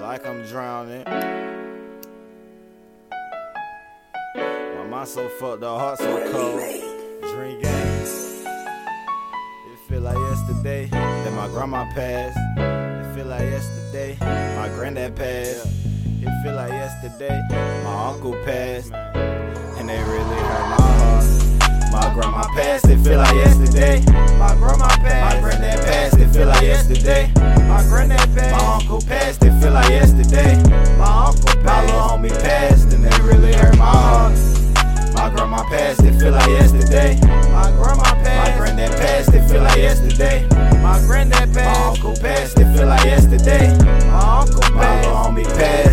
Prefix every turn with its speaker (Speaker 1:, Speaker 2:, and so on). Speaker 1: like I'm drowning. My mind so fucked, the heart so cold. Dream games. It feel like yesterday that my grandma passed. It feel like yesterday my granddad passed. It feel like yesterday my uncle passed. And they really hurt my heart. My grandma passed, it feel like yesterday. My grandma passed, my granddad passed, it feel like yesterday. My granddad passed, my uncle passed, it feel like yesterday. My uncle passed, my little homie passed, and they really hurt my heart. My grandma passed, it feel like yesterday. My grandma passed, my granddad passed, it feel like yesterday. My granddad passed, my uncle passed, it feel like yesterday. My uncle passed, my little homie passed.